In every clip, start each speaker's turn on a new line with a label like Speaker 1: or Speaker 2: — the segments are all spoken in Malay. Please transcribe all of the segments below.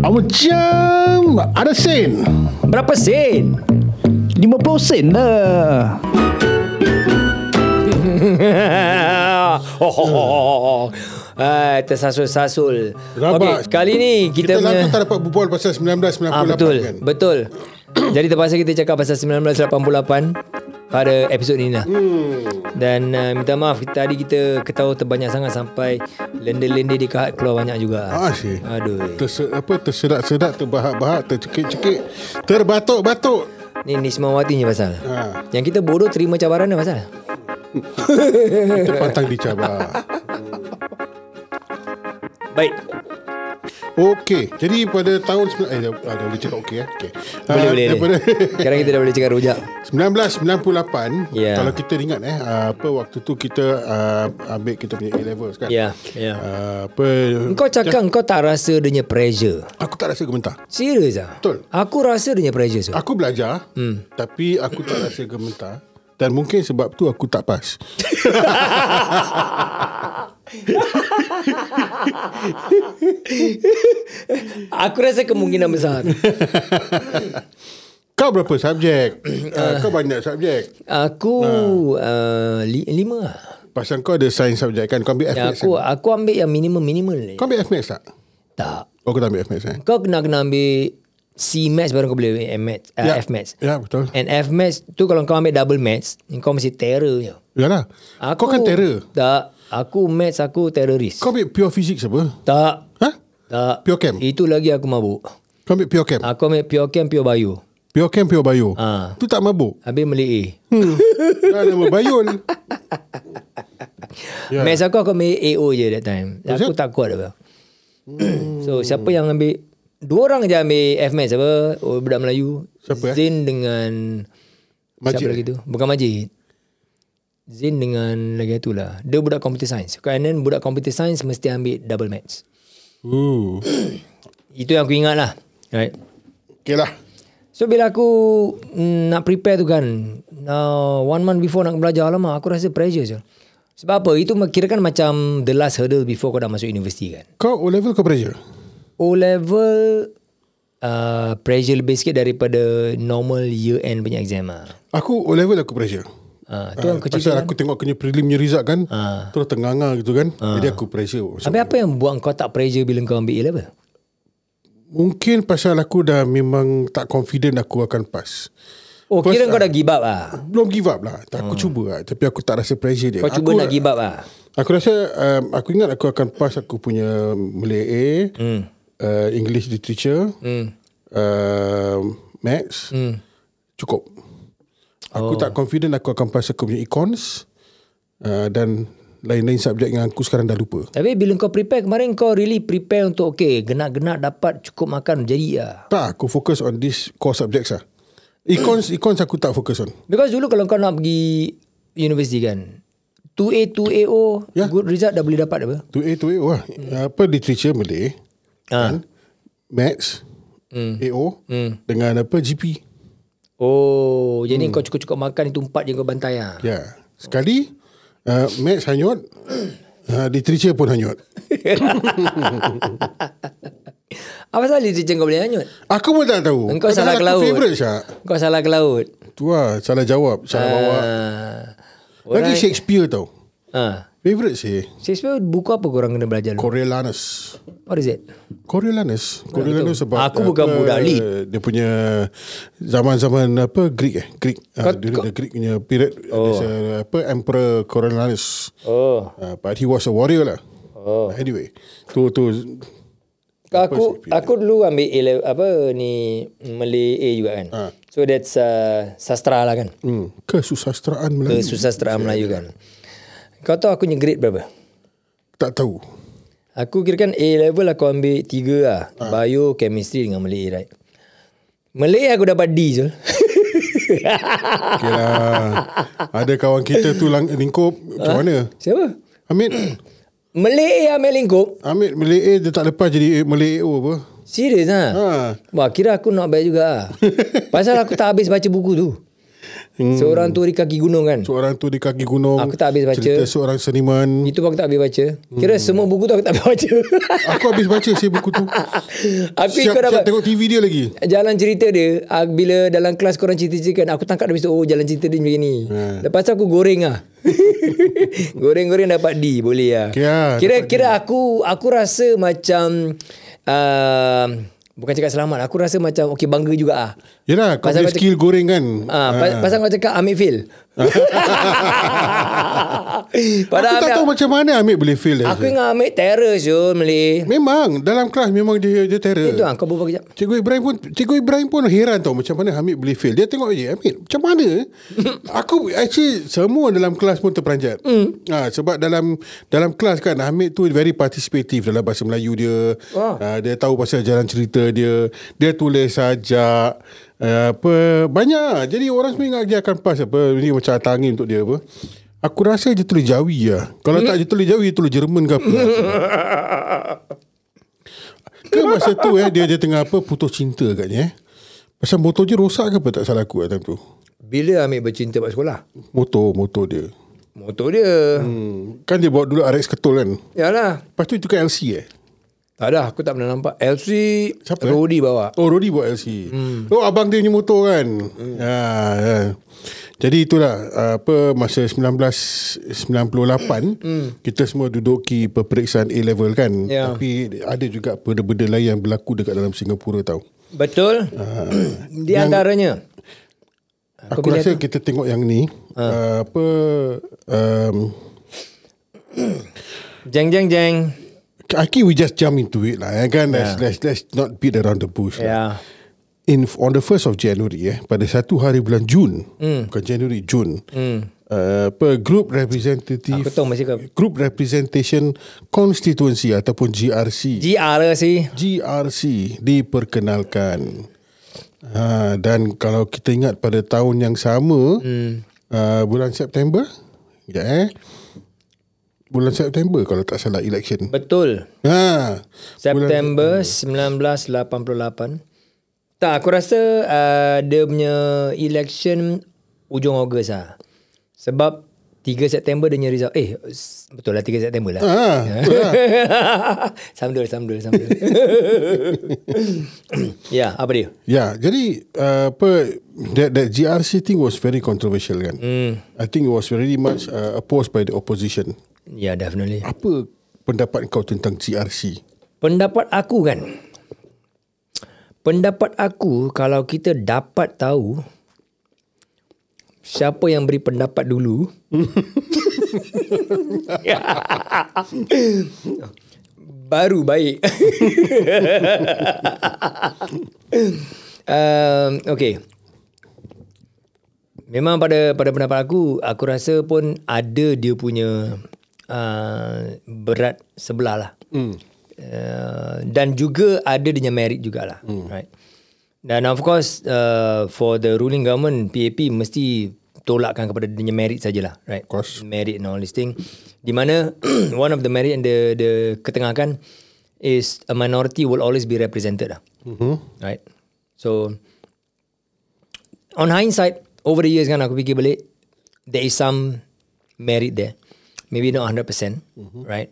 Speaker 1: Ah, Macam ada sen.
Speaker 2: Berapa sen? 50 sen lah
Speaker 3: oh, oh, oh, oh. Hai, tersasul-sasul.
Speaker 1: Rabak.
Speaker 3: Okey, kali ni
Speaker 1: Kita
Speaker 3: kita, punya...
Speaker 1: lama tak dapat berbual pasal 1998
Speaker 3: Ah betul,
Speaker 1: kan.
Speaker 3: betul. Jadi terpaksa kita cakap pasal 1988 pada episod ni lah. Hmm. Dan uh, minta maaf tadi kita ketawa terbanyak sangat sampai lendir-lendir di kahat keluar banyak juga.
Speaker 1: Ah, si.
Speaker 3: Aduh.
Speaker 1: Terse, apa tersedak-sedak, terbahak-bahak, tercekik-cekik, terbatuk-batuk.
Speaker 3: Ni Nismawati ni pasal.
Speaker 1: Ha.
Speaker 3: Yang kita bodoh terima cabaran ni pasal.
Speaker 1: Kita pantang dicabar.
Speaker 3: Baik.
Speaker 1: Okey, jadi pada tahun sembilan- eh dah, ah, dah boleh cakap okey eh. Okey.
Speaker 3: Boleh
Speaker 1: Ah,
Speaker 3: boleh. boleh.
Speaker 1: daripada
Speaker 3: Sekarang kita dah boleh cakap rujak.
Speaker 1: 1998
Speaker 3: Ya.
Speaker 1: kalau kita ingat eh ah, apa waktu tu kita ah, ambil kita punya A levels kan.
Speaker 3: Ya, ya.
Speaker 1: Ah, apa
Speaker 3: Kau cakap kau tak rasa dia punya pressure.
Speaker 1: aku tak rasa gementar.
Speaker 3: Serius ah?
Speaker 1: Betul.
Speaker 3: Aku rasa dia punya pressure tu.
Speaker 1: Aku belajar hmm. tapi aku tak rasa gementar dan mungkin sebab tu aku tak pas.
Speaker 3: Aku rasa kemungkinan besar.
Speaker 1: Kau berapa subjek? Ah, kau banyak subjek.
Speaker 3: Aku
Speaker 1: Ha.
Speaker 3: uh, li, lima lah.
Speaker 1: Pasal kau ada sains subjek kan. Kau ambil
Speaker 3: Ya,
Speaker 1: FMAX.
Speaker 3: aku aku ambil yang minimum minimal ni.
Speaker 1: Kau ambil FMAX tak?
Speaker 3: Tak.
Speaker 1: Oh, kau tak ambil FMAX eh?
Speaker 3: Kau kena kena ambil C match baru kau boleh ambil M match, uh,
Speaker 1: Ya.
Speaker 3: F match.
Speaker 1: Ya, betul.
Speaker 3: And F match tu kalau kau ambil double match, kau mesti terror je.
Speaker 1: Yalah. Ya
Speaker 3: Aku,
Speaker 1: Kau kan terror.
Speaker 3: Tak. Aku match aku teroris.
Speaker 1: Kau ambil pure physics apa?
Speaker 3: Tak.
Speaker 1: Ha?
Speaker 3: Tak.
Speaker 1: Pure chem?
Speaker 3: Itu lagi aku mabuk.
Speaker 1: Kau ambil pure chem?
Speaker 3: Aku ambil pure chem, pure bio.
Speaker 1: Pure chem, pure bio?
Speaker 3: Ah.
Speaker 1: Tu tak mabuk?
Speaker 3: Habis Malay A.
Speaker 1: Dah nama bayul. Ya.
Speaker 3: Yeah. Match aku aku ambil AO je that time.
Speaker 1: Oh,
Speaker 3: Aku tak kuat apa.
Speaker 1: Hmm.
Speaker 3: so siapa yang ambil dua orang je ambil F match apa oh, budak Melayu.
Speaker 1: Siapa, eh?
Speaker 3: Zain dengan
Speaker 1: Majid, eh?
Speaker 3: Siapa lagi tu? Bukan Majid. Zain dengan lagi tu lah. Dia budak computer science. Kan, And then budak computer science mesti ambil double match.
Speaker 1: Ooh.
Speaker 3: Itu yang aku ingat lah. Right.
Speaker 1: Okay lah.
Speaker 3: So bila aku mm, nak prepare tu kan uh, One month before nak belajar Alamak aku rasa pressure je Sebab apa Itu kira kan macam The last hurdle before kau dah masuk universiti kan
Speaker 1: Kau O level kau pressure?
Speaker 3: O level uh, Pressure lebih sikit daripada Normal year end punya exam lah
Speaker 1: Aku O level aku pressure.
Speaker 3: uh, Tu
Speaker 1: Ah,
Speaker 3: yang kecil tu
Speaker 1: Pasal
Speaker 3: kan
Speaker 1: aku tengok kena prelim punya result kan.
Speaker 3: Ah.
Speaker 1: Terus tenganga gitu kan. Jadi aku pressure. So,
Speaker 3: Habis apa yang buat kau tak pressure Bila kau ambil A level
Speaker 1: mungkin pasal aku dah memang tak confident aku akan pass.
Speaker 3: Oh
Speaker 1: ah.
Speaker 3: kira kau dah give up lah
Speaker 1: Belum give up lah. Tak, Aku cuba lah. Tapi aku tak rasa pressure dia.
Speaker 3: Ah.
Speaker 1: aku,
Speaker 3: Kau cuba nak give up lah
Speaker 1: Aku rasa, um, aku ingat aku akan pass aku punya Malay A,
Speaker 3: Hmm.
Speaker 1: mm. uh, English Literature, mm. uh, Maths. Mm.
Speaker 3: Hmm.
Speaker 1: Cukup. Aku oh. tak confident aku akan pass aku punya Econs uh, dan lain-lain subjek yang aku sekarang dah lupa.
Speaker 3: Tapi bila kau prepare kemarin Kau really prepare untuk Okay genak-genak dapat cukup makan Jadi lah
Speaker 1: Tak, aku fokus on this core subjects lah. Econs, econs aku tak fokus on.
Speaker 3: Because dulu kalau kau nak pergi universiti kan 2A, 2AO
Speaker 1: Ya.
Speaker 3: yeah. Good result dah boleh dapat apa
Speaker 1: 2A, 2A, wah.
Speaker 3: Hmm.
Speaker 1: Apa literature Malay,
Speaker 3: ha.
Speaker 1: Maths,
Speaker 3: Hmm.
Speaker 1: AO dengan apa GP.
Speaker 3: Oh Jadi
Speaker 1: Hmm.
Speaker 3: kau cukup-cukup makan Itu empat je kau bantai lah
Speaker 1: Ya. Yeah. Sekali uh, Maths hanyut, uh, literature pun hanyut.
Speaker 3: Apa salah literature kau boleh hanyut
Speaker 1: Aku pun tak tahu.
Speaker 3: Engkau
Speaker 1: Padahal
Speaker 3: salah ke
Speaker 1: aku
Speaker 3: laut
Speaker 1: Favorite Syak.
Speaker 3: Kau salah ke laut
Speaker 1: Tu lah, salah jawab, salah
Speaker 3: Ah,
Speaker 1: bawa.
Speaker 3: ha.
Speaker 1: Lagi Shakespeare tau.
Speaker 3: ha.
Speaker 1: Favorite sih,
Speaker 3: Shakespeare buku apa korang kena belajar dulu
Speaker 1: Coriolanus.
Speaker 3: What is it
Speaker 1: Coriolanus. Coriolanus sebab
Speaker 3: Aku bukan
Speaker 1: apa,
Speaker 3: budak lit.
Speaker 1: Dia punya zaman-zaman apa Greek eh Greek. Uh, during the Greek punya period oh. there's a, apa Emperor Coriolanus.
Speaker 3: Oh
Speaker 1: Uh, but he was a warrior lah.
Speaker 3: Oh.
Speaker 1: Anyway, tu tu
Speaker 3: Aku aku dulu ambil A level, apa ni Malay A juga kan.
Speaker 1: Ha.
Speaker 3: So that's uh, sastra lah kan.
Speaker 1: hmm, kesusasteraan Melayu.
Speaker 3: Kesusasteraan Melayu kan. Kau tahu aku punya grade berapa?
Speaker 1: tak tahu.
Speaker 3: Aku kira kan A level aku ambil tiga lah.
Speaker 1: Ha.
Speaker 3: Bio, chemistry dengan Malay right. Malay aku dapat D je.
Speaker 1: Okay lah. Ada kawan kita tu lang, lingkup macam mana?
Speaker 3: Siapa?
Speaker 1: Amit
Speaker 3: Malay A ambil lingkup.
Speaker 1: Amit Malay A dia tak lepas jadi Malay AO apa?
Speaker 3: Serius lah.
Speaker 1: Ha.
Speaker 3: ah. Wah kira aku not bad juga lah. Pasal aku tak habis baca buku tu.
Speaker 1: Hmm.
Speaker 3: Seorang tu di kaki gunung kan.
Speaker 1: Seorang tu di kaki gunung.
Speaker 3: Aku tak habis baca.
Speaker 1: Cerita seorang seniman.
Speaker 3: Itu pun aku tak habis baca. Kira
Speaker 1: Hmm.
Speaker 3: semua buku tu aku tak habis baca.
Speaker 1: Aku habis baca sih buku tu.
Speaker 3: aku
Speaker 1: Siap,
Speaker 3: ikut
Speaker 1: siap
Speaker 3: dapat.
Speaker 1: tengok TV dia lagi.
Speaker 3: Jalan cerita dia ah, Bila dalam kelas korang cerita-ceritakan Aku tangkap dari situ Oh jalan cerita dia macam ni
Speaker 1: Ha.
Speaker 3: Lepas tu aku goreng lah Goreng-goreng dapat D Boleh lah
Speaker 1: Okay lah,
Speaker 3: Kira, kira aku Aku rasa macam uh, Bukan cakap selamat Aku rasa macam Okay bangga juga ah.
Speaker 1: Yelah kau
Speaker 3: Pasal
Speaker 1: punya
Speaker 3: kau
Speaker 1: skill goreng kan.
Speaker 3: Ah,
Speaker 1: Ah.
Speaker 3: pa- pasal kau cakap Amir fail
Speaker 1: Aku
Speaker 3: Padahal
Speaker 1: tak tahu
Speaker 3: Amir,
Speaker 1: macam mana Amir boleh feel
Speaker 3: Aku
Speaker 1: aku,
Speaker 3: ingat Amir terror Syul Malay
Speaker 1: Memang dalam kelas memang dia dia terror.
Speaker 3: Itu lah kau berbual kejap
Speaker 1: Cikgu Ibrahim pun Cikgu Ibrahim pun heran tau Macam mana Hamid boleh fail Dia tengok je Hamid macam mana eh?" Aku actually Semua dalam kelas pun terperanjat mm. ha, Sebab dalam Dalam kelas kan Hamid tu very participative Dalam bahasa Melayu dia
Speaker 3: Wah.
Speaker 1: ha, Dia tahu pasal jalan cerita dia Dia tulis sajak uh, apa Banyak lah. Jadi orang semua ingat dia akan pass apa Ini macam tangi untuk dia apa Aku rasa dia tulis Jawi lah Kalau tak dia tulis Jawi Dia tulis Jerman ke apa Ke masa tu eh dia dia tengah apa putus cinta katnya eh. Pasal motor je rosak ke apa tak salah aku kat time tu.
Speaker 3: Bila Amir bercinta kat sekolah
Speaker 1: Motor motor dia.
Speaker 3: Motor dia hmm.
Speaker 1: Hmm. Kan dia bawa dulu RX ketul kan.
Speaker 3: Yalah
Speaker 1: Lepas tu tukar LC eh.
Speaker 3: Tak ada aku tak pernah nampak LC
Speaker 1: Siapa, eh?
Speaker 3: Rodi bawa
Speaker 1: Oh Rodi bawa LC. Hmm. Oh abang dia punya motor kan. Hmm. Ha, ha. Jadi itulah ah, apa masa 1998 hmm. kita semua duduki peperiksaan A level kan.
Speaker 3: Ya.
Speaker 1: Tapi ada juga benda-benda lain yang berlaku dekat dalam Singapura tau.
Speaker 3: Betul Di
Speaker 1: Ah. Yang-
Speaker 3: antaranya
Speaker 1: Aku rasa kita tengok yang ni ha. uh, apa um,
Speaker 3: Jeng jeng jeng
Speaker 1: I think we just jump into it lah eh, kan let's, yeah. let's let's not beat around the bush lah.
Speaker 3: Ya
Speaker 1: in on the 1st of January eh pada satu hari bulan Jun mm. bukan January Jun mm. uh, apa group representative
Speaker 3: Aku tahu masih kau-
Speaker 1: group representation constituency ataupun GRC
Speaker 3: GR sih
Speaker 1: GRC diperkenalkan. Ha, dan kalau kita ingat pada tahun yang sama, hmm. uh, bulan September, ya eh, bulan September kalau tak salah election.
Speaker 3: Betul
Speaker 1: Ha, Hmm.
Speaker 3: September 1988 Tak aku rasa uh, Dia punya election Ujung Ogos lah Sebab 3 September dia nyeri Eh s- betul lah 3 September lah
Speaker 1: ha,
Speaker 3: Samdul Samdul Samdul Ya apa dia
Speaker 1: Yeah, jadi uh, apa that that GRC thing was very controversial kan. Mm.
Speaker 3: Hmm.
Speaker 1: I think it was very much uh, opposed by the opposition.
Speaker 3: Ya definitely
Speaker 1: Apa pendapat kau tentang GRC?
Speaker 3: Pendapat aku kan Pendapat aku Kalau kita dapat tahu Siapa yang beri pendapat dulu Baru baik um, Okay Memang pada pada pendapat aku Aku rasa pun ada dia punya uh, Berat sebelah lah
Speaker 1: Hmm.
Speaker 3: mm. uh, Dan juga ada dia punya merit jugalah
Speaker 1: Hmm.
Speaker 3: mm. right? Dan of course uh, For the ruling government PAP mesti Tolakkan kepada dia punya merit sajalah right?
Speaker 1: Of course.
Speaker 3: Merit and all this thing Di mana One of the merit and the, the Ketengahkan Is a minority will always be represented lah mm-hmm. Right So on hindsight, over the years kan aku fikir balik, there is some merit there. Maybe not 100%, mm-hmm. right?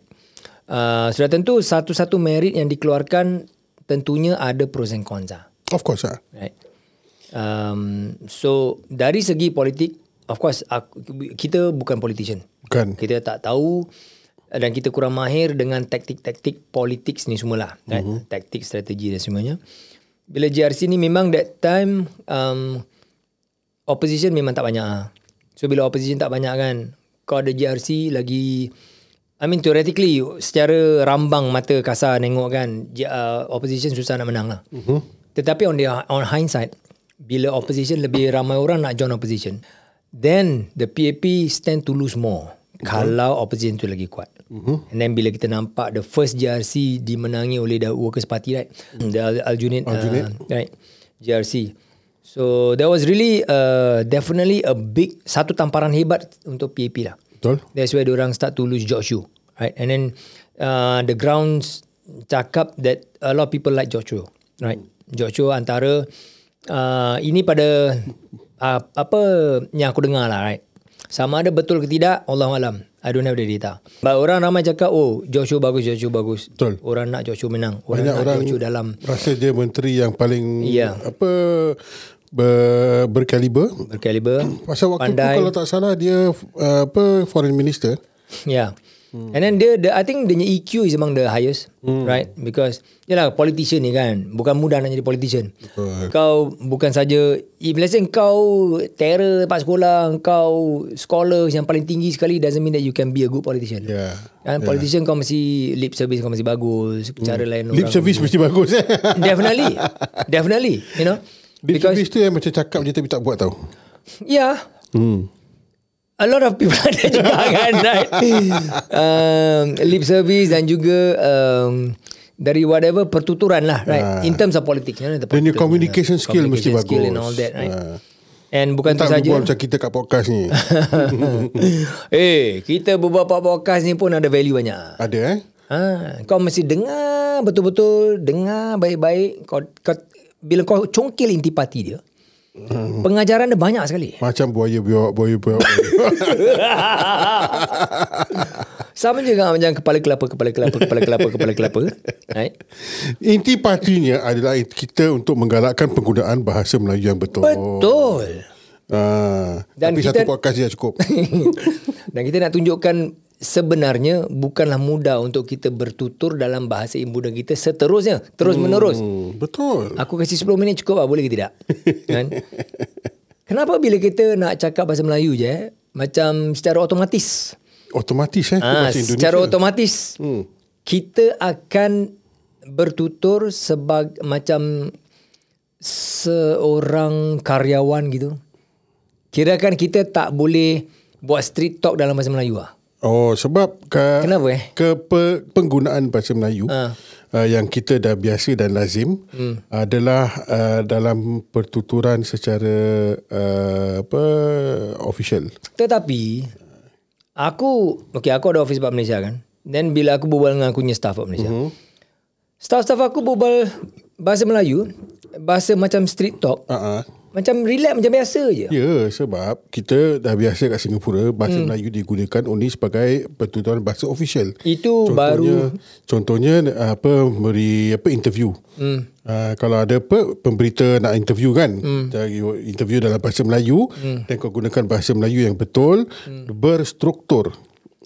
Speaker 3: Uh, sudah tentu satu-satu merit yang dikeluarkan tentunya ada pros and cons lah,
Speaker 1: Of course ah.
Speaker 3: right? Um, so dari segi politik, of course aku, kita bukan politician.
Speaker 1: Bukan.
Speaker 3: Kita tak tahu dan kita kurang mahir dengan taktik-taktik politik ni semualah. Right? Taktik, strategi dan semuanya. Bila GRC ni memang that time um, opposition memang tak banyak ah. So bila opposition tak banyak kan, kau ada GRC lagi I mean theoretically secara rambang mata kasar tengok kan J- uh, opposition susah nak menang lah. Uh-huh. Tetapi on the on hindsight bila opposition lebih ramai orang nak join opposition then the PAP stand to lose more kalau opposition tu lagi kuat. Uh-huh. And then bila kita nampak the first GRC dimenangi oleh the Workers Party right the Al- Aljunied, Aljunied. Uh, right GRC So that was really uh, definitely a big satu tamparan hebat untuk PAP lah.
Speaker 1: Betul.
Speaker 3: That's where orang start to lose George Yu, right? And then uh, the grounds cakap that a lot of people like George Yu, right? George Yu antara uh, ini pada uh, apa yang aku dengar lah right. Sama ada betul ke tidak, Allah alam. I don't have the data. But orang ramai cakap, oh Joshua bagus, Joshua bagus.
Speaker 1: Betul.
Speaker 3: Orang nak Joshua menang. Orang
Speaker 1: Banyak
Speaker 3: nak
Speaker 1: orang
Speaker 3: Joshua dalam.
Speaker 1: rasa dia menteri yang paling
Speaker 3: Ya.
Speaker 1: apa ber, berkaliber.
Speaker 3: Berkaliber.
Speaker 1: Pasal waktu
Speaker 3: Pandai.
Speaker 1: Pandai. tu kalau tak salah dia uh, apa foreign minister.
Speaker 3: Yeah. Hmm. And then dia, the, I think dia punya EQ is among the highest, hmm. right? Because yalah politician ni kan, bukan mudah nak jadi politician. Betul. Kau bukan saja if let's say kau terror tempat sekolah, kau scholar yang paling tinggi sekali doesn't mean that you can be a good politician.
Speaker 1: Yeah.
Speaker 3: Kan yeah. politician kau mesti lip service kau mesti bagus, cara
Speaker 1: Hmm.
Speaker 3: lain
Speaker 1: Lip
Speaker 3: orang.
Speaker 1: service mesti bagus eh.
Speaker 3: Definitely. Definitely, you know.
Speaker 1: Lip
Speaker 3: Because ya.
Speaker 1: service tu yang macam cakap je tapi tak buat tau.
Speaker 3: yeah,
Speaker 1: Hmm.
Speaker 3: A lot of people ada juga kan right? um, Lip service dan juga um, Dari whatever pertuturan lah right? In terms of politics you know, the
Speaker 1: Ah. Dia punya
Speaker 3: political-
Speaker 1: communication skill mesti
Speaker 3: communication skill
Speaker 1: bagus.
Speaker 3: And all that right?
Speaker 1: Ah.
Speaker 3: And bukan tu
Speaker 1: Tak
Speaker 3: saja
Speaker 1: berbual macam kita kat podcast ni.
Speaker 3: Eh kita beberapa podcast ni pun ada value banyak
Speaker 1: Ada eh.
Speaker 3: ha, Kau mesti dengar betul-betul Dengar baik-baik kau, kau, Bila kau congkil intipati dia
Speaker 1: Hmm.
Speaker 3: Pengajaran dia banyak sekali
Speaker 1: Macam buaya biawak, buaya biawak.
Speaker 3: Sama juga macam kepala kelapa, kepala kelapa, kepala kelapa, kepala kelapa. Right?
Speaker 1: Inti partinya adalah kita untuk menggalakkan penggunaan bahasa Melayu yang betul.
Speaker 3: Betul.
Speaker 1: Ah,
Speaker 3: Dan
Speaker 1: tapi
Speaker 3: kita-
Speaker 1: satu podcast dia cukup.
Speaker 3: Dan kita nak tunjukkan sebenarnya bukanlah mudah untuk kita bertutur dalam bahasa ibu dan kita seterusnya, terus hmm. menerus.
Speaker 1: Hmm, betul.
Speaker 3: Aku kasih 10 minit cukup lah, boleh ke tidak? kan? Kenapa bila kita nak cakap bahasa Melayu je, eh, macam secara otomatis.
Speaker 1: Otomatis eh. tu
Speaker 3: Ah,
Speaker 1: bahasa Indonesia.
Speaker 3: secara otomatis hmm. kita akan bertutur sebag macam seorang karyawan gitu. Kirakan kita tak boleh buat street talk dalam bahasa Melayu ah.
Speaker 1: Oh sebab ke,
Speaker 3: Kenapa, eh? Ah.
Speaker 1: ke pe, penggunaan bahasa Melayu uh. Uh, yang kita dah biasa dan lazim hmm. adalah uh, dalam pertuturan secara uh, apa official.
Speaker 3: Tetapi aku okey aku ada office kat Malaysia kan. Then bila aku berbual dengan aku punya staff kat Malaysia.
Speaker 1: Hmm.
Speaker 3: Mm-hmm. Staff-staff aku berbual bahasa Melayu, bahasa macam street talk,
Speaker 1: Uh-uh.
Speaker 3: macam relax macam biasa je.
Speaker 1: Ya sebab kita dah biasa kat Singapura bahasa hmm. Melayu digunakan only sebagai pertuturan bahasa official.
Speaker 3: Itu baru
Speaker 1: contohnya apa beri apa interview. Hmm. Uh, kalau ada apa pemberita nak interview kan, hmm. you interview dalam bahasa Melayu hmm. dan kau gunakan bahasa Melayu yang betul, hmm. berstruktur.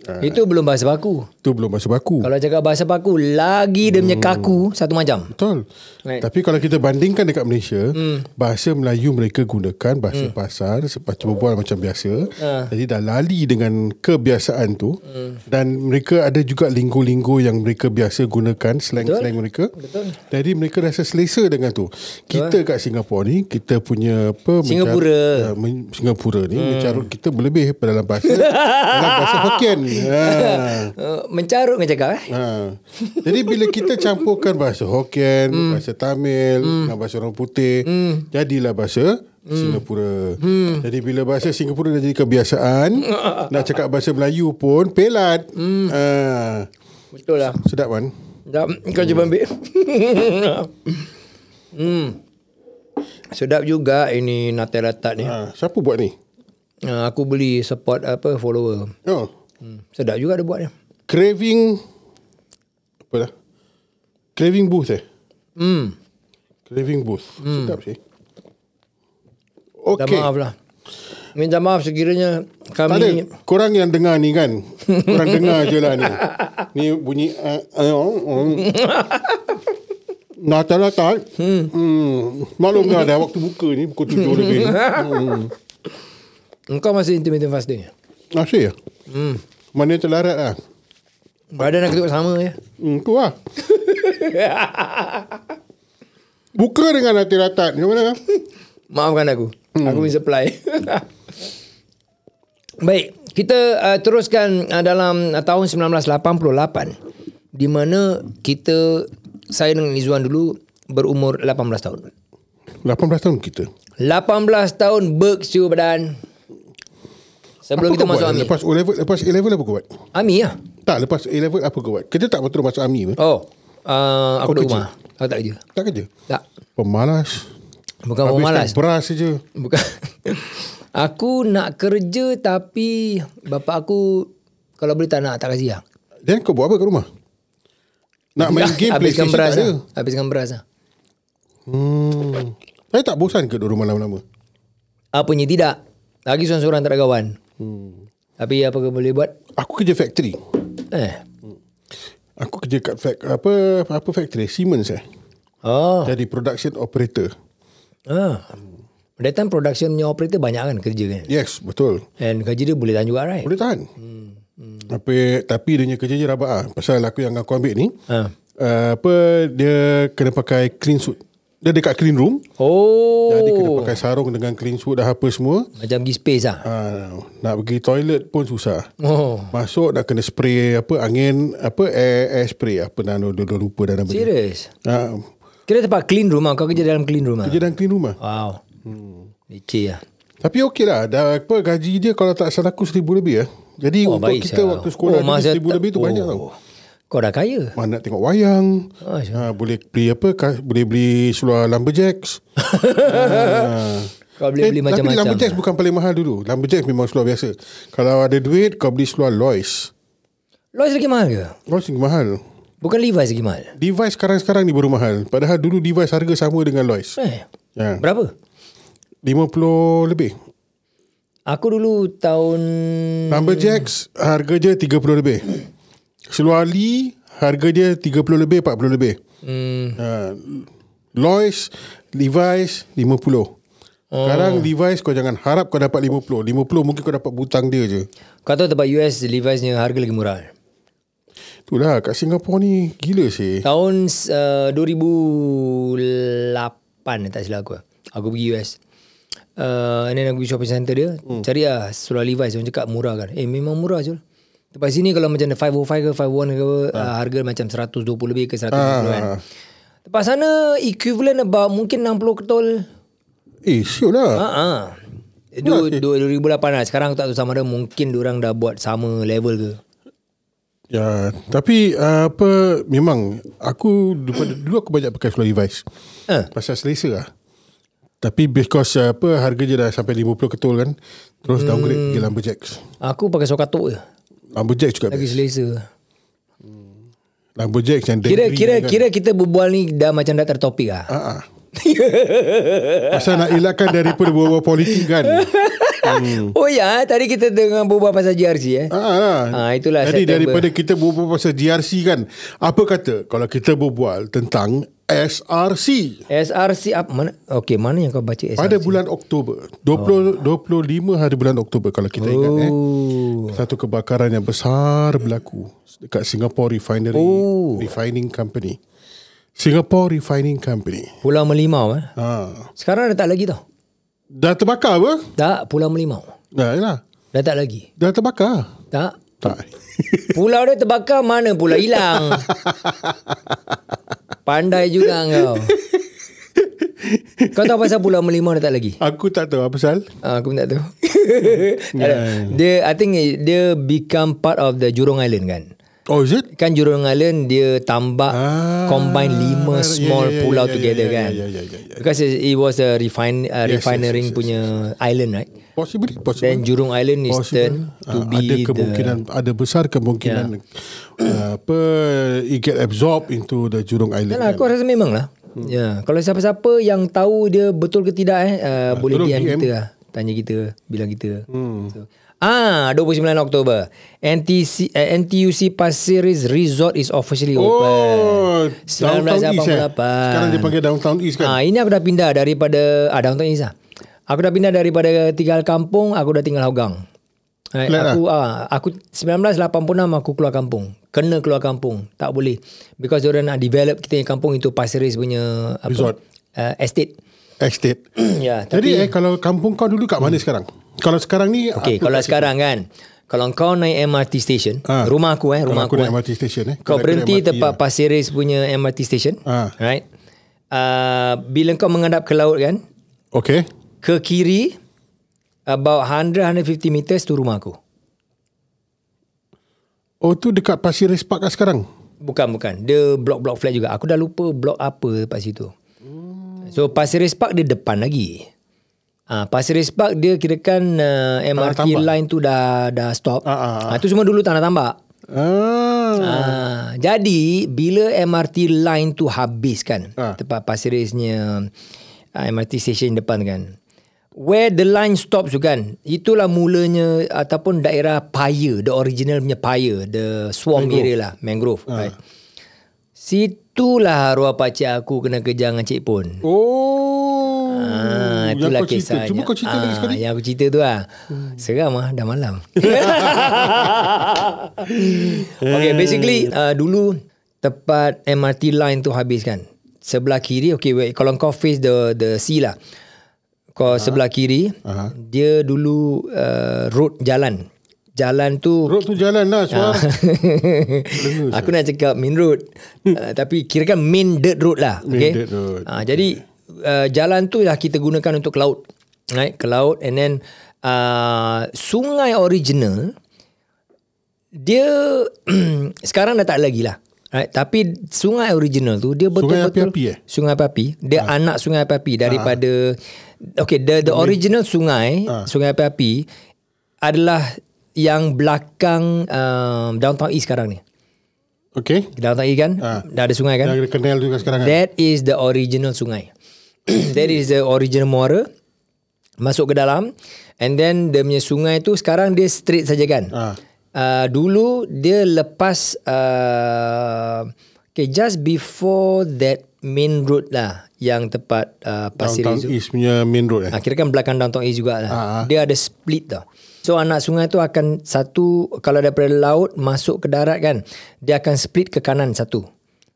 Speaker 3: Ah. Itu belum bahasa baku.
Speaker 1: Itu belum bahasa baku.
Speaker 3: Kalau cakap bahasa baku Lagi dia punya kaku Satu macam
Speaker 1: Betul.
Speaker 3: Right.
Speaker 1: Right. Tapi kalau kita bandingkan dekat Malaysia, hmm. bahasa Melayu mereka gunakan bahasa hmm. pasar, sebab cuma buat macam biasa. Uh. Jadi dah lali dengan kebiasaan tu hmm. dan mereka ada juga linggo-linggo yang mereka biasa gunakan, slang-slang mereka. Betul. Jadi mereka rasa selesa dengan tu. Kita kat Singapura ni, kita punya apa
Speaker 3: Singapura.
Speaker 1: mencar- uh, men- Singapura ni hmm. mencarut kita berlebih dalam bahasa dalam bahasa Hokkien. Ha.
Speaker 3: uh, Mencarut dengan cakap eh?
Speaker 1: Ha. Jadi bila kita campurkan bahasa Hokkien, mm. bahasa Tamil, mm. dengan bahasa orang putih, mm. jadilah bahasa Singapura. Mm. Jadi bila bahasa Singapura dah jadi kebiasaan, nak cakap bahasa Melayu pun pelat. Mm. Ha.
Speaker 3: Betul lah
Speaker 1: Sedap kan?
Speaker 3: Sedap Kau cuba ambil hmm. Sedap juga ini nata latat ni
Speaker 1: Ha. Siapa buat ni?
Speaker 3: uh, Aku beli support apa follower
Speaker 1: Oh.
Speaker 3: hmm. Sedap juga dia buat ni
Speaker 1: Craving apa dah? Craving Booth eh?
Speaker 3: hmm.
Speaker 1: Craving Booth. Sedap sih.
Speaker 3: Minta
Speaker 1: Okay.
Speaker 3: maaf lah Minta maaf sekiranya
Speaker 1: Tak ada.
Speaker 3: Kami
Speaker 1: Korang yang dengar ni kan. Korang dengar je lah ni. Ni bunyi... Uh, uh, uh. Natal Natal. Hmm. hmm. Maklum dah, dah waktu buka ni. Pukul tujuh lebih. Hmm.
Speaker 3: Engkau masih intermittent fasting
Speaker 1: Asyik ya?
Speaker 3: hmm.
Speaker 1: Mana terlarat lah.
Speaker 3: Badan aku tengok sama ya. je
Speaker 1: Hmm, tu lah. Buka dengan Natal Natal. Macam mana?
Speaker 3: Maafkan aku. Hmm. Aku punya supply. Baik, kita uh, teruskan uh, dalam uh, tahun 1988 di mana kita saya dengan Izwan dulu berumur 18 tahun.
Speaker 1: 18 tahun kita.
Speaker 3: 18 tahun berkecium badan. Sebelum
Speaker 1: apa
Speaker 3: kita
Speaker 1: kau
Speaker 3: masuk
Speaker 1: buat?
Speaker 3: AMI.
Speaker 1: Lepas A-level, lepas A-level apa kau buat?
Speaker 3: AMI lah.
Speaker 1: Tak, lepas A-level apa kau buat? Kita tak betul masuk army ke?
Speaker 3: Oh, uh, aku
Speaker 1: Kau
Speaker 3: duduk
Speaker 1: kerja?
Speaker 3: rumah. Aku tak kerja.
Speaker 1: Tak kerja?
Speaker 3: Tak.
Speaker 1: Pemalas.
Speaker 3: Bukan orang
Speaker 1: Habiskan
Speaker 3: malas.
Speaker 1: beras je.
Speaker 3: Bukan Aku nak kerja tapi bapa aku kalau boleh tak nak tak kasih lah.
Speaker 1: Then kau buat apa kat rumah? Nak main game
Speaker 3: Ya, Habiskan
Speaker 1: PlayStation
Speaker 3: beras
Speaker 1: tak ada.
Speaker 3: lah. Habiskan beras lah.
Speaker 1: Hmm. Saya tak bosan ke duduk malam-lama?
Speaker 3: Apanya tidak. Lagi seorang-seorang tak ada kawan. Hmm. Tapi apa kau boleh buat?
Speaker 1: Aku kerja factory.
Speaker 3: Eh.
Speaker 1: Aku kerja kat fac, apa apa factory Siemens eh.
Speaker 3: Oh.
Speaker 1: Jadi production operator.
Speaker 3: Ah. That time production punya operator banyak kan kerja kan.
Speaker 1: Yes, betul.
Speaker 3: And kerja dia boleh tahan juga right?
Speaker 1: Boleh tahan. Hmm. Tapi, tapi dia punya kerja je rabak ah. Pasal aku yang aku ambil ni,
Speaker 3: Ha.
Speaker 1: uh, apa dia kena pakai clean suit. Dia dekat clean room.
Speaker 3: Oh.
Speaker 1: Jadi kena pakai sarung dengan clean suit dah apa semua.
Speaker 3: Macam pergi space lah.
Speaker 1: Uh, nak pergi toilet pun susah.
Speaker 3: Oh.
Speaker 1: Masuk nak kena spray apa angin apa air, air spray apa dah dah- dah lupa dah nama dia.
Speaker 3: Serius?
Speaker 1: Ha,
Speaker 3: Kira tempat clean room lah. Kau kerja dalam clean room lah.
Speaker 1: kerja dalam clean rumah.
Speaker 3: Wow. Hmm. Leceh lah.
Speaker 1: Tapi okey lah. Dah apa gaji dia kalau tak salah aku seribu lebih ya. Jadi oh, untuk kita
Speaker 3: sial.
Speaker 1: waktu sekolah oh,
Speaker 3: masa
Speaker 1: seribu
Speaker 3: tak-
Speaker 1: lebih tu oh. banyak tau.
Speaker 3: Kau dah kaya.
Speaker 1: Mana nak tengok wayang.
Speaker 3: Ah, sial.
Speaker 1: Ha, boleh beli apa? Ka, boleh beli seluar lumberjacks. ha.
Speaker 3: Kau boleh beli
Speaker 1: Tapi
Speaker 3: macam-macam.
Speaker 1: lumberjacks bukan paling mahal dulu. Lumberjacks memang seluar biasa. Kalau ada duit kau beli seluar Lois.
Speaker 3: Lois lagi mahal ke?
Speaker 1: Lois ni mahal.
Speaker 3: Bukan Levi's lagi mahal.
Speaker 1: Device sekarang-sekarang ni baru mahal. Padahal dulu device harga sama dengan Lois.
Speaker 3: Eh.
Speaker 1: Ya.
Speaker 3: Berapa?
Speaker 1: 50 lebih.
Speaker 3: Aku dulu tahun
Speaker 1: Lumberjacks harga dia 30 lebih. Seluar Lee harga dia 30 lebih 40 lebih.
Speaker 3: hmm,
Speaker 1: Ha, Lois Levi's 50. Sekarang Levi's kau jangan harap kau dapat 50. 50 mungkin kau dapat butang dia je.
Speaker 3: kau tahu tempat US Levi's nya harga lagi murah.
Speaker 1: Itulah kat Singapura ni gila sih.
Speaker 3: Tahun uh, 2008 eh, tak silap aku. Aku pergi US. Uh, and then aku pergi shopping center dia. Hmm. Cari lah surah Levi's. Orang cakap murah kan. Eh memang murah je. Tempat sini kalau macam ada 505 ke 51 ke ha. uh, harga macam 120 lebih ke 150 kan.
Speaker 1: Ah.
Speaker 3: Tempat sana equivalent about mungkin 60 ketol.
Speaker 1: Eh, siul lah.
Speaker 3: Ha ah. Du, du, 2008 lah. Sekarang aku tak tahu sama ada mungkin orang dah buat sama level ke.
Speaker 1: Ya, tapi ah, apa memang aku daripada dulu aku banyak pakai seluar Levi's.
Speaker 3: Ah.
Speaker 1: Pasal selesa lah. Tapi because ah, apa harga dia dah sampai 50 ketul kan. Terus
Speaker 3: Hmm.
Speaker 1: downgrade pergi Lumberjacks.
Speaker 3: Aku pakai sokatok je.
Speaker 1: Lumberjacks juga.
Speaker 3: Lagi
Speaker 1: best.
Speaker 3: selesa.
Speaker 1: Lumberjacks yang
Speaker 3: Kira
Speaker 1: dangling
Speaker 3: kira
Speaker 1: kan.
Speaker 3: kira kita berbual ni dah macam dah tertopik ah.
Speaker 1: Ah, ah. Pasal nak elakkan daripada bawa politik kan. Hmm.
Speaker 3: Oh ya, tadi kita dengan berbual pasal GRC eh.
Speaker 1: Ah, ah, ah.
Speaker 3: Ah, itulah
Speaker 1: Jadi
Speaker 3: September.
Speaker 1: daripada kita berbual pasal GRC kan. Apa kata kalau kita berbual tentang SRC.
Speaker 3: SRC up mana? Okey, mana yang kau baca SRC?
Speaker 1: Pada bulan Oktober
Speaker 3: Oh.
Speaker 1: 20, 25 hari bulan Oktober Kalau kita oh. ingat eh Satu kebakaran yang besar berlaku Dekat Singapore Refinery
Speaker 3: Oh.
Speaker 1: Refining Company Singapore Refining Company
Speaker 3: Pulau Melimau eh.
Speaker 1: ha.
Speaker 3: Sekarang dah tak lagi tau.
Speaker 1: Dah terbakar apa?
Speaker 3: Tak, Pulau Melimau.
Speaker 1: Dah lah
Speaker 3: Dah tak lagi.
Speaker 1: Dah terbakar
Speaker 3: Tak.
Speaker 1: Tak
Speaker 3: Pulau dia terbakar mana pula hilang. Pandai juga kau. Kau tahu pasal Pulau Melimau dah tak lagi?
Speaker 1: Aku tak tahu apa pasal
Speaker 3: Ah, aku pun tak tahu.
Speaker 1: Ya.
Speaker 3: dia I think dia become part of the Jurong Island kan.
Speaker 1: Oh is it?
Speaker 3: kan Jurong Island dia tambak ah,
Speaker 1: Ah,
Speaker 3: combine lima
Speaker 1: yeah,
Speaker 3: small
Speaker 1: yeah, yeah,
Speaker 3: pulau
Speaker 1: yeah, yeah,
Speaker 3: together
Speaker 1: yeah,
Speaker 3: kan
Speaker 1: yeah, yeah, yeah, yeah.
Speaker 3: because it, it was a
Speaker 1: ya,
Speaker 3: refine uh,
Speaker 1: Yes, yes,
Speaker 3: refinery
Speaker 1: yes, yes,
Speaker 3: punya island right
Speaker 1: Possibly,
Speaker 3: then
Speaker 1: possible.
Speaker 3: Jurong Island is
Speaker 1: Possible.
Speaker 3: turned to
Speaker 1: Ah,
Speaker 3: be
Speaker 1: ada kemungkinan the... ada besar kemungkinan yeah. apa it get absorbed into the Jurong
Speaker 3: the
Speaker 1: Island.
Speaker 3: Yalah, aku rasa memang lah hmm. ya kalau siapa-siapa yang tahu dia betul ke tidak eh uh,
Speaker 1: Ah,
Speaker 3: boleh
Speaker 1: tolong
Speaker 3: DM,
Speaker 1: DM.
Speaker 3: kita lah tanya kita bilang kita hmm. so, Ah, 29 Oktober. NTC, uh, NTUC Pasir Ris Resort is officially open.
Speaker 1: Oh, downtown east eh.
Speaker 3: 1988.
Speaker 1: Sekarang dia panggil downtown east kan.
Speaker 3: Ah, ini aku dah pindah daripada ah downtown East lah. Aku dah pindah daripada tinggal kampung, aku dah tinggal Hougang. Right,
Speaker 1: Flat lah.
Speaker 3: aku ah aku 1986 aku keluar kampung. Kena keluar kampung. Tak boleh. Because orang nak develop kita yang kampung itu Pasir Ris punya apa?
Speaker 1: Resort.
Speaker 3: Uh, estate.
Speaker 1: Estate.
Speaker 3: ya,
Speaker 1: Jadi eh
Speaker 3: tapi
Speaker 1: kalau kampung kau dulu kat mana sekarang? Kalau sekarang ni
Speaker 3: okey,
Speaker 1: aku kat
Speaker 3: kalau
Speaker 1: situ.
Speaker 3: sekarang kan kalau kau naik MRT station,
Speaker 1: Ah.
Speaker 3: rumah aku eh,
Speaker 1: Kalau
Speaker 3: rumah
Speaker 1: aku
Speaker 3: aku.
Speaker 1: naik
Speaker 3: eh.
Speaker 1: MRT station eh.
Speaker 3: Kau
Speaker 1: Kalau aku naik
Speaker 3: berhenti
Speaker 1: MRT,
Speaker 3: tempat Pasir Ris punya MRT station.
Speaker 1: Ah.
Speaker 3: Right? Uh, bila kau menghadap ke laut kan,
Speaker 1: ya. Okay.
Speaker 3: ke kiri about 100-150 meters tu rumah aku.
Speaker 1: Oh tu dekat Pasir Ris Park kat sekarang.
Speaker 3: Bukan bukan. Dia blok-blok flat juga. Aku dah lupa blok apa dekat situ. So Pasir Ris Park dia depan lagi. Ah, Pasir Ris Park dia kirakan uh, MRT
Speaker 1: tambak.
Speaker 3: line tu dah dah stop.
Speaker 1: Ah, ah,
Speaker 3: Ah, tu semua dulu tanah tambak.
Speaker 1: Ah.
Speaker 3: Ah, jadi bila MRT line tu habis kan
Speaker 1: Ah.
Speaker 3: tempat Pasir Risnya ah, MRT station depan kan. Where the line stops tu kan Itulah mulanya Ataupun daerah Paya The original punya Paya The swamp area lah Mangrove right? Situlah arwah pakcik aku Kena kerja dengan cik pun
Speaker 1: Oh.
Speaker 3: Ah,
Speaker 1: yang
Speaker 3: itulah
Speaker 1: kau cerita.
Speaker 3: kisahnya. Ah,
Speaker 1: Cuba kau cerita lagi sekali. Hmm.
Speaker 3: Yang aku cerita tu lah. Seram lah, dah malam. okay, basically uh, dulu tempat MRT line tu habis kan. Sebelah kiri, okay, wait, kalau kau face the the sea lah. Kau sebelah kiri, dia dulu uh, road jalan. Jalan tu
Speaker 1: Road tu jalan lah
Speaker 3: Ah.
Speaker 1: suara.
Speaker 3: aku
Speaker 1: eh?
Speaker 3: nak cakap main road uh, tapi kirakan main dirt road lah
Speaker 1: Hmm. Main
Speaker 3: okay
Speaker 1: dirt road.
Speaker 3: Uh, jadi uh, jalan tu lah kita gunakan untuk ke laut right ke laut and then uh, sungai original dia sekarang dah tak lagi lah right tapi sungai original tu dia
Speaker 1: Sungai
Speaker 3: betul-betul
Speaker 1: api-api eh? Ah.
Speaker 3: Sungai Papi dia anak Sungai Papi daripada okay the the original sungai
Speaker 1: Ah.
Speaker 3: Sungai Papi adalah yang belakang um, downtown east sekarang ni.
Speaker 1: Okay.
Speaker 3: Downtown east kan? Dah ada sungai kan?
Speaker 1: Yang ada kenal juga sekarang kan?
Speaker 3: That is the original sungai. That is the original muara. Masuk ke dalam and then dia punya sungai tu sekarang dia straight saja kan.
Speaker 1: Ah.
Speaker 3: Uh, dulu dia lepas uh, okay just before that main road lah yang tempat uh, Pasir
Speaker 1: Downtown
Speaker 3: Ris.
Speaker 1: East punya main road eh.
Speaker 3: Ha, kira kan belakang downtown east jugalah.
Speaker 1: Ah, ah.
Speaker 3: Dia ada split tau. So anak sungai tu akan satu kalau daripada laut masuk ke darat kan, dia akan split ke kanan satu.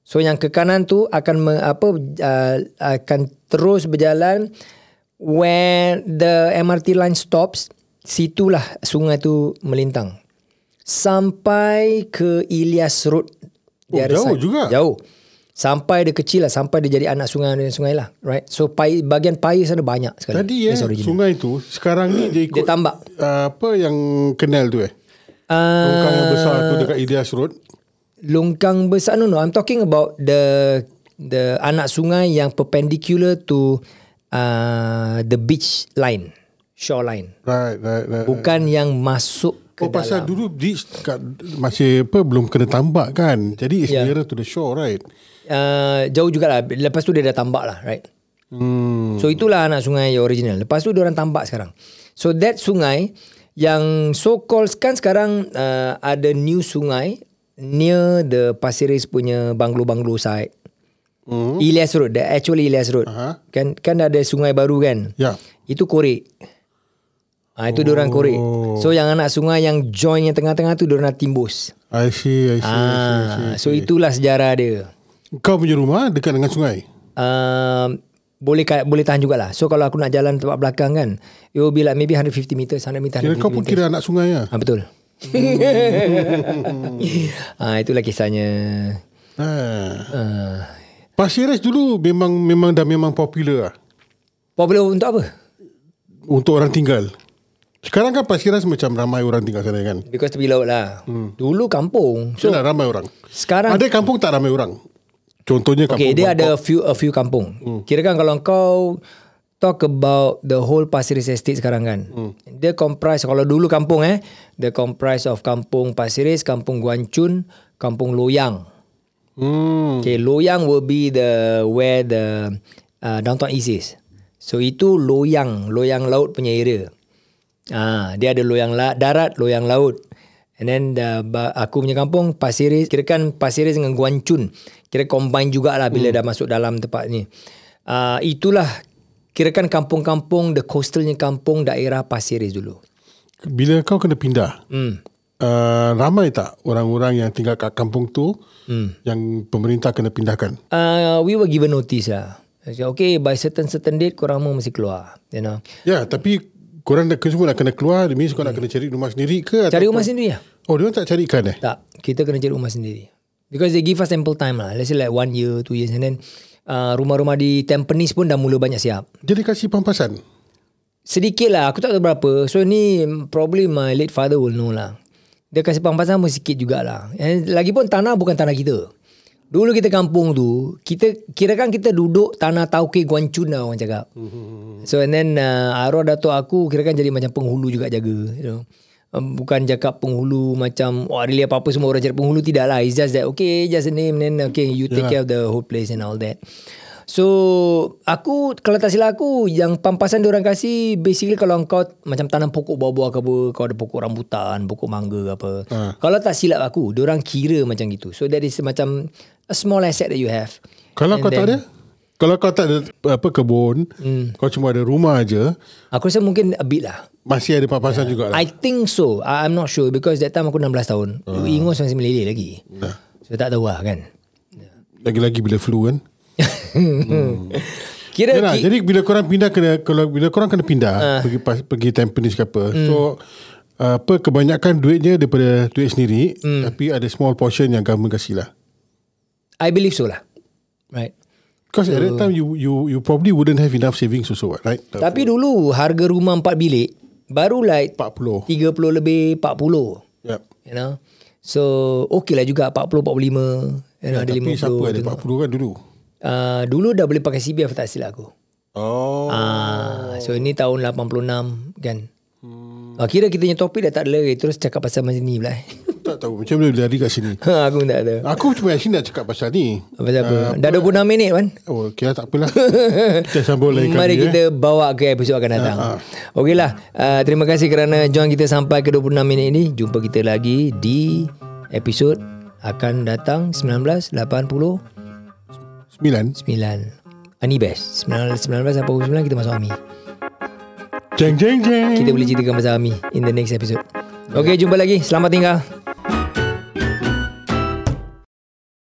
Speaker 3: So yang ke kanan tu akan me, apa uh, akan terus berjalan when the MRT line stops, situlah sungai tu melintang. Sampai ke Ilyas Road.
Speaker 1: Oh,
Speaker 3: The other
Speaker 1: jauh juga.
Speaker 3: Jauh. Sampai dia kecil lah. Sampai dia jadi anak sungai dan sungai lah. Right? So pai, bagian paya sana banyak sekali.
Speaker 1: Tadi eh,
Speaker 3: That's original.
Speaker 1: sungai tu sekarang ni dia ikut
Speaker 3: Dia tambak.
Speaker 1: uh, apa yang kenal tu eh.
Speaker 3: Uh,
Speaker 1: Longkang yang besar tu dekat Ilyas Road.
Speaker 3: longkang besar. No, no. I'm talking about the the anak sungai yang perpendicular to uh, the beach line. Shoreline.
Speaker 1: Right, right, right.
Speaker 3: Bukan yang masuk
Speaker 1: Oh
Speaker 3: ke
Speaker 1: pasal
Speaker 3: dalam.
Speaker 1: dulu beach kat, masih apa belum kena tambak kan. Jadi it's
Speaker 3: Yeah.
Speaker 1: nearer to the shore right.
Speaker 3: Uh, jauh jugalah. Lepas tu dia dah tambak lah. Right?
Speaker 1: Hmm.
Speaker 3: So itulah anak sungai yang original. Lepas tu diorang tambak sekarang. So that sungai yang so called kan sekarang uh, ada new sungai near the Pasir Ris punya banglo-banglo side.
Speaker 1: Hmm.
Speaker 3: Ilyas Road, the actual Ilyas Road.
Speaker 1: Aha.
Speaker 3: Kan kan ada sungai baru kan.
Speaker 1: Ya.
Speaker 3: Itu korek. Ha, itu diorang korek.
Speaker 1: Oh.
Speaker 3: So yang anak sungai yang join yang tengah-tengah tu diorang nak timbus.
Speaker 1: I see, I see, I see, I
Speaker 3: Ah,
Speaker 1: see.
Speaker 3: so itulah sejarah dia.
Speaker 1: Kau punya rumah dekat dengan sungai.
Speaker 3: um, boleh ka- boleh tahan jugalah. So kalau aku nak jalan tempat belakang kan, it will be like maybe 150 meters, 100 meter, 150
Speaker 1: Kira kau pun
Speaker 3: meters.
Speaker 1: kira anak sungai lah.
Speaker 3: Ha, betul. ha, itulah kisahnya.
Speaker 1: Ha.
Speaker 3: Uh,
Speaker 1: Pasir Ris dulu memang memang dah memang popular lah.
Speaker 3: popular untuk apa?
Speaker 1: Untuk orang tinggal. Sekarang kan Pasir Ris macam ramai orang tinggal sana kan.
Speaker 3: Because tepi laut lah. Hmm. Dulu kampung.
Speaker 1: So, ramai orang.
Speaker 3: Sekarang
Speaker 1: Ada kampung tak ramai orang. Contohnya kampung
Speaker 3: Okay, dia
Speaker 1: Bangkok.
Speaker 3: ada a few a few kampung. Hmm. Kirakan kalau kau talk about the whole Pasir Ris estate sekarang kan. Hmm. Dia comprise kalau dulu kampung eh, dia comprise of kampung Pasir Ris, kampung Guanchun, kampung Loyang.
Speaker 1: Hmm.
Speaker 3: Okay, Loyang will be the where the uh, downtown east is. So itu Loyang, Loyang Laut punya area. Ah, dia ada Loyang la- darat, Loyang Laut. And then the, ba- aku punya kampung Pasir Ris, kirakan Pasir Ris dengan Guanchun. Kira combine jugalah bila dah masuk dalam tempat ni. Ah, itulah kirakan kampung-kampung the coastalnya kampung daerah Pasir Ris dulu.
Speaker 1: Bila kau kena pindah. Hmm. Uh, ramai tak orang-orang yang tinggal kat kampung tu hmm. yang pemerintah kena pindahkan?
Speaker 3: Uh, we were given notice lah. Okay, by certain certain date korang semua mesti keluar, you know.
Speaker 1: Ya, tapi korang nak semua nak kena keluar, demi kau nak kena cari rumah sendiri ke?
Speaker 3: Hmm. Cari
Speaker 1: atau-
Speaker 3: rumah sendiri lah.
Speaker 1: Oh, dia orang tak carikan eh?
Speaker 3: Tak, kita kena cari rumah sendiri. Because they give us ample time lah. Let's say like one year, two years. And then uh, rumah-rumah di Tampines pun dah mula banyak siap.
Speaker 1: Jadi kasih pampasan.
Speaker 3: Sedikit lah, aku tak tahu berapa. So ni probably my late father will know lah. Dia kasih pampasan pun sikit jugalah. And lagipun tanah bukan tanah kita. Dulu kita kampung tu, kita kirakan kita duduk tanah Tauke Guancun lah orang cakap. So and then uh, arwah datuk aku kirakan jadi macam penghulu juga jaga, you know. Um, bukan cakap penghulu macam wah oh, really apa-apa semua orang cakap penghulu tidak lah. It's just that okay, just a name then okay you take yeah. care of the whole place and all that. So aku kalau tak silap aku yang pampasan diorang kasi basically kalau kau macam tanam pokok buah-buah ke apa kau ada pokok rambutan, pokok mangga ke apa. Ha. Kalau tak silap aku diorang kira macam gitu. So that is macam a small asset that you have.
Speaker 1: Kalau
Speaker 3: And
Speaker 1: kau tak
Speaker 3: then- Hmm.
Speaker 1: ada kalau kau tak ada apa kebun, kau cuma ada rumah aja,
Speaker 3: Aku rasa mungkin a bit lah.
Speaker 1: masih ada papasan juga lah.
Speaker 3: I think so. I, I'm not sure because that time aku 16 tahun.
Speaker 1: Ah.
Speaker 3: Uh. Ingus masih meleleh lagi. So tak tahu lah kan.
Speaker 1: Lagi-lagi bila flu kan.
Speaker 3: Kira
Speaker 1: Yalah,
Speaker 3: ki-
Speaker 1: jadi bila korang pindah kena kalau bila korang kena
Speaker 3: Ah.
Speaker 1: pindah uh. pergi pas, pergi Tampines ke apa.
Speaker 3: Hmm.
Speaker 1: Mm. So apa kebanyakan duitnya daripada duit sendiri mm.
Speaker 3: Hmm.
Speaker 1: tapi ada small portion yang government kasih lah.
Speaker 3: I believe so lah. Right.
Speaker 1: Because at that time you you you probably wouldn't have enough savings also what, right?
Speaker 3: Oh. Tapi dulu harga rumah 4 bilik baru like
Speaker 1: 40.
Speaker 3: 30 lebih 40.
Speaker 1: Yep.
Speaker 3: You know. So okay lah juga 40 45. You know, ada
Speaker 1: Ya, Tapi
Speaker 3: 50.
Speaker 1: siapa ada
Speaker 3: tengok.
Speaker 1: 40 kan dulu?
Speaker 3: Ah, dulu dah boleh pakai CBF tak silap aku.
Speaker 1: Oh.
Speaker 3: Ah, so ini tahun 86 kan. Hmm. Ah, kira kita punya topik dah tak ada lagi. Terus cakap pasal macam ni pula.
Speaker 1: Tak tahu macam mana dia lari kat sini.
Speaker 3: Ha, aku pun tak ada.
Speaker 1: Aku cuma actually nak cakap pasal ni.
Speaker 3: Pasal apa?
Speaker 1: Ah,
Speaker 3: Dah 26 minit kan?
Speaker 1: Oh, kira tak apalah. kita sambung lain kali.
Speaker 3: Hmm, Mari
Speaker 1: eh.
Speaker 3: kita bawa ke episod akan datang. Okeylah, uh, terima kasih kerana join kita sampai ke 26 minit ini. Jumpa kita lagi di episod akan datang 1989.
Speaker 1: Sembilan.
Speaker 3: Ani Ah, best. 1989 kita masuk Ami.
Speaker 1: Jeng jeng jeng.
Speaker 3: Kita boleh ceritakan pasal Ami in the next episode. Okey, jumpa lagi. Selamat tinggal.